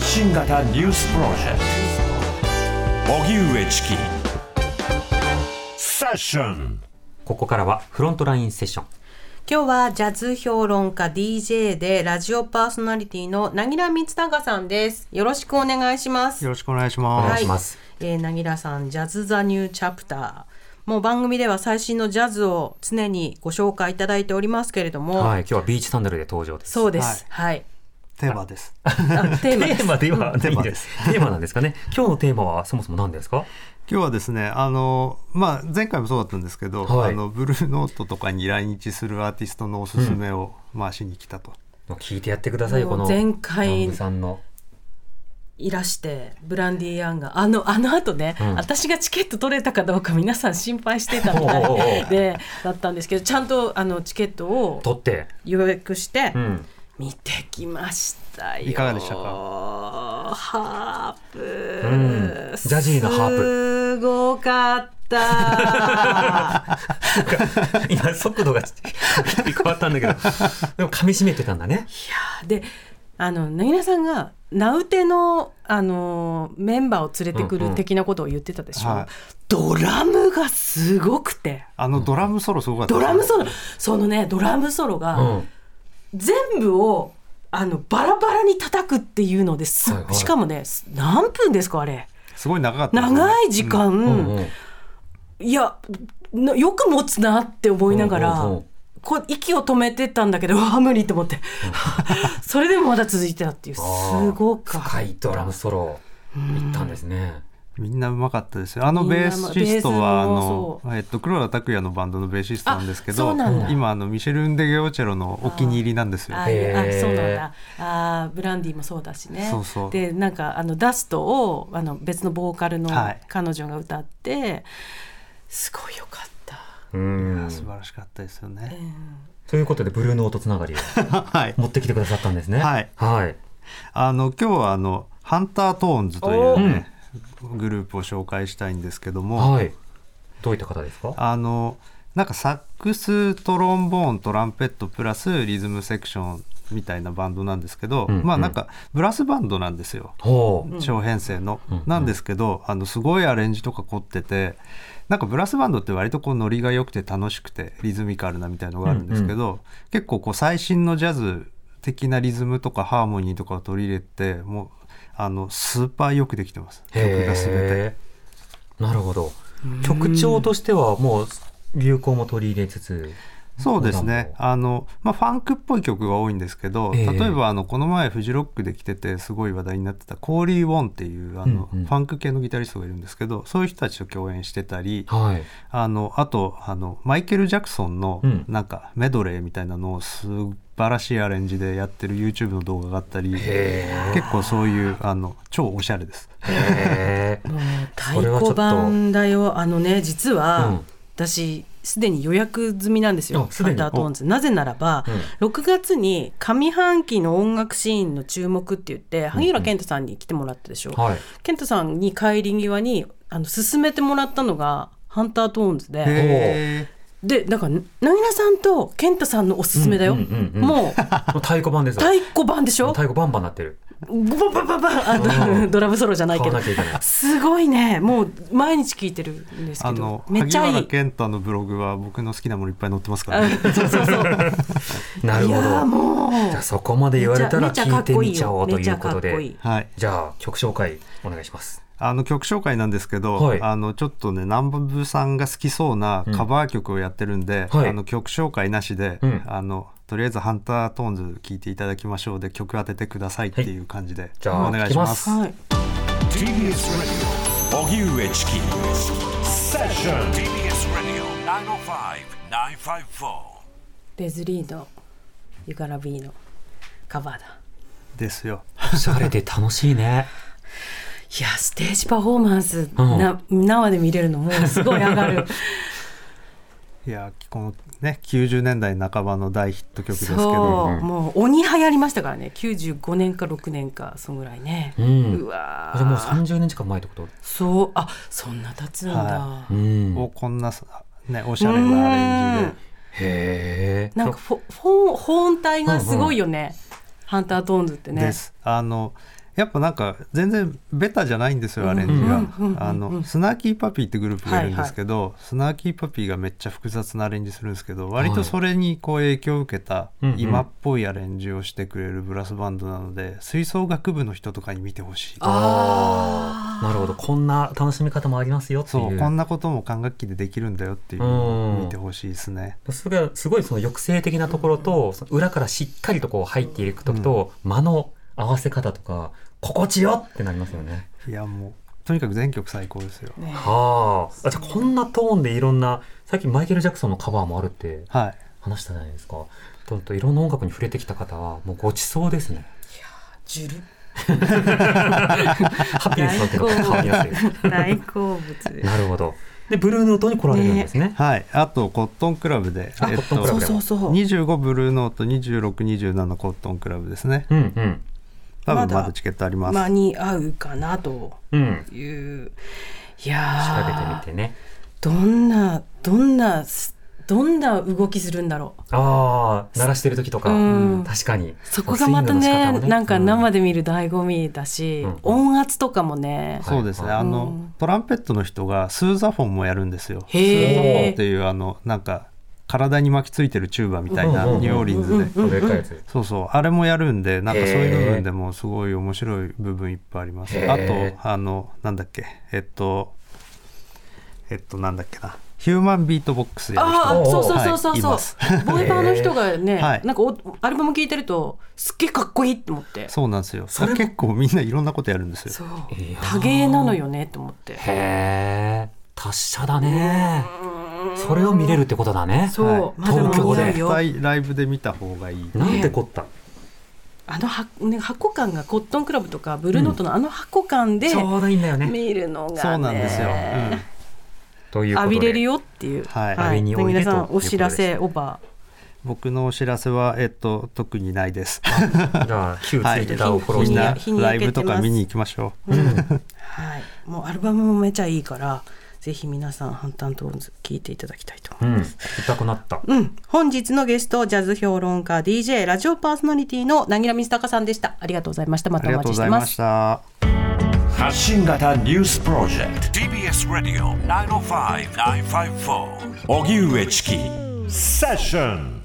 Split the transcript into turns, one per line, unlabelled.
新型ニュースプロジェクト荻上チキセッション
ここからはフロントラインセッション。
今日はジャズ評論家 DJ でラジオパーソナリティのなぎらみつたかさんです。よろしくお願いします。
よろしくお願いし
お
ま
願い
す。
します。
えー、なぎらさん、ジャズ・ザ・ニュー・チャプター。もう番組では最新のジャズを常にご紹介いただいておりますけれども、
はい、今日はビーチサンダルで登場です。
そうです。はい。
テー マです。
あ テー
テ
マです
ーマではない
テー
ん
マ
で。
です
テーマなんですかね。今日のテーマはそもそも何ですか。
今日はですね、あの、まあ、前回もそうだったんですけど、
はい
あの、ブルーノートとかに来日するアーティストのおすすめを、まあ、しに来たと。
聞いてやってくださいよこ
もう
の
前回
ロングさんの。
いらしてブランディー・ヤンがあのあの後ね、
うん
私がチケット取れたかどうか皆さん心配してたみた
おうおうお
いうでだったんですけどちゃんとあのチケットを
取って。
予約して
うん。
見てきましたよ
いかがでしたか
ハープ、
うんジャジーのハープ
すごかった
今速度が変わったんだけど、 でも噛み締めてたんだね。
であのなぎらさんが名うてのあのメンバーを連れてく
うんう
る
ん
的なことを言ってたでしょ、
はい
ドラムがすごくて。
あの、ドラムソロすごかった
ド
ですね。
ラムソロそのねドラムソロ
う
が
ん。
全部をあのバラバラに叩くっていうのです、
はいはい
しかもねす何分ですかあれ
すごい長かったですね、
長い時間、
うんうん。
いやなよく持つなって思いながら、
うんうんうん
こう息を止めてたんだけど うわ無理と思って、 それでもまだ続いてたっていうすごかった
深いドラムソロ。行ったんですね。
みんなうまかったですよ。あの
みんな
ベーシストは、あ
ベース
の
も、
えっと、黒田拓也のバンドのベーシストなんですけ
あそ
ど
うなんだ、
今、あの、ミシェル・ンデ・ゲオチェロのお気に入りなんですよ。
あ
へー
あそうなんだあーブランディもそうだしね
そうそう
でなんかあのダストをあの別のボーカルの
はい
彼女が歌って、すごいよかった、
うん。
素晴らしかったですよね。
ということでブルーノートつながりを
はい。
持ってきてくださったんですね。
はい
はい。
あの今日はあのハンタートーンズとい
お
うねグループを紹介したいんですけども、
はい。どういった方ですか。
あのなんかサックストロンボーントランペットプラスリズムセクションみたいなバンドなんですけど、
うん
まあ
うん
なんかブラスバンドなんですよ
ほう。
小編成の、
ん
なんですけどあのすごいアレンジとか凝っててなんかブラスバンドって割とこうノリが良くて楽しくてリズミカルなみたいのがあるんですけど、結構こう最新のジャズ的なリズムとかハーモニーとかを取り入れてもうあのスーパーよくできてます曲が全て
へーなるほど曲調としてはもう流行も取り入れつつ
そうですねあの、まあ、ファンクっぽい曲が多いんですけど、
ええ
例えばあのこの前フジロックで来ててすごい話題になってたコーリー・ウォンっていうあの、
うんうん
ファンク系のギタリストがいるんですけどそういう人たちと共演してたり、
はい
あのあとあのマイケル・ジャクソンの
うん
なんかメドレーみたいなのを素晴らしいアレンジでやってる YouTube の動画があったり
へ
結構そういうあの超おしゃれです。
へー
もう
それは
太
ちょっ
鼓
と
判だよあのね実は、
うん
私すでに予約済みなんですよ
あす
ハ
で
ン
に
タートーンズなぜならば、6月に上半期の音楽シーンの注目って言って萩浦健太さんに来てもらったでしょ、
はい
健太さんに帰り際にあの勧めてもらったのが「ハンタートーンズで」
へ
でだからなぎらさんと健太さんのおすすめだよ、
うんうんうんうん
もう
もう太鼓判です
太鼓版でしょ
太鼓バンバンなってる
ボババババあ
う
の
ん
ドラムソロじゃないけ
買わ
ど
なきゃいけない
すごいねもう毎日聞いてるんです
あ
け
の
どめっ
萩
ちゃい
原
い
健太のブログは僕の好きなものいっぱい載ってますから、
あ
ね、
そうそうそう
なる
い
ほ
やー
ど
もう
じゃあそこまで言われたら
めちゃ
聞
めちゃか
い
ってこい
み
い
ちゃお
よ
うと
め
い
ちゃ
うこ
か
と
っこい
で
い
はい、
じゃあ曲紹介お願いします
あの曲紹介なんですけど、
はい
あのちょっとね南部さんが好きそうなカバー曲をやってるんで、
うんはい
あの曲紹介なしで、
うん
あのとりあえず「ハンタートーンズ」聴いていただきましょうで曲当ててくださいっていう感じで、
じゃあ
お願いします。
聞きま
はい
TBS Radio 荻上チキセッション TBS Radio 905-954
レズリーの「ユガラビー」のカバーだ
ですよ。
おしゃれで楽しいね
いやステージパフォーマンス、な生で見れるのもうすごい上がる
いやこのね90年代半ばの大ヒット曲ですけ
そう、
ど
もう鬼流行りましたからね95年か6年かそんぐらいね、うんわ
あ
ー
れもう30年近く前ってこと
そうあそんな経つんだ、
は
うん
をこんなさ、ね、おしゃれなアレンジで
へえ
なんかフォフォン本体がすごいよね、ハンタートーンズってね
です。あのやっぱなんか全然ベタじゃないんですよアレンジが。あのスナーキーパピーってグループがいるんですけど、スナーキーパピーがめっちゃ複雑なアレンジするんですけど割とそれにこう影響を受けた
うんうん
今っぽいアレンジをしてくれるブラスバンドなので吹奏楽部の人とかに見てほしい。
ああなるほどこんな楽しみ方もありますよっていう
そうこんなことも管楽器でできるんだよっていうのを見てほしいですね。
それがすごいその抑制的なところとその裏からしっかりとこう入っていく時と、間の合わせ方とか心地よってなりますよね。
いやもうとにかく全曲最高ですよ。
ね
はああじゃあこんなトーンでいろんな最近マイケル・ジャクソンのカバーもあるって
はい。
話したじゃないですかとんといろんな音楽に触れてきた方はもうごちそうですね
ジ ュル
ハッピネスの手が変わりやす
大好物
いなるほどでブルーノートに来られるんですね
はい。あとコットンクラブで、
あ
えっ
コットンクラ
と
そ
ブ
うそうそう
25ブルーノート2627コットンクラブですね。
うんうん
多分
ま
ま
だ
だチケットあります。
間に合うかなと
うん
いう
調べ
い
てみ
やー
てね
どんなどんなどんな動きするんだろう
ああ鳴らしてる時とか、
うん
確かに
そこがまた
スイングの仕
ね
方も
なんか
う
生で見る醍醐味だし、
うん
音圧とかもね、
そうですね。
はい
あ
う
の
ん
トランペットの人がスーザフォンもやるんですよ。スーザフ
へ
ォン
え
っていうあのなんか体に巻きついてるチューバみたいな
うんうんうん
ニューオーリンズで。
これかいやつ
そうそうあれもやるんでなんかそういう部
へえ
分でもすごい面白い部分いっぱいあります
へえ
あとあのなんだっけえっとえっとなんだっけなヒューマンビートボックスやる人
ああ
おー
そうそうそうそう
はいい
そう、
ます
ボイパーの人がね、
はい
なんかおアルバム聴いてるとすっげえかっこいいって思って
そうなんですよ
それも
結構みんないろんなことやるんですよ
そう
いやー
多芸なのよねと思って
へえ達者だねそれを見れるってことだね
そう、
はい
まだ
東
間
京
も
で
ない
絶
よ
対ライブで見た方がいい
なんてこった、
あのは、ね、箱感がコットンクラブとかブルーノートのあの箱感で
ちょうどいいんだよね
見るのが、ね、
そうなんですよ、うん
ということ
浴
で
びれるよっていう、
はい
浴びにおいで
皆さ
という
ん
こと
お
です
知らせオーバ
僕のお知らせはえっと特にないです
じゃあ旧ツイッターをフォロー
み
し
ん
て、
な
日に
ライブとか見に行きましょう
ー、はい、もうアルバムもめちゃいいからぜひ皆さんハンタントーンズ聴いていただきたいと思います
うん行きたくなった
うん、本日のゲストジャズ評論家 DJ ラジオパーソナリティのなぎらみずたかさんでしたありがとうございましたま
あ
た
り
お
がと
待
う
ちして
ござい
ま
ますした
発信型ニュースプロジェクト TBS ラディオ905-954荻上チキセッション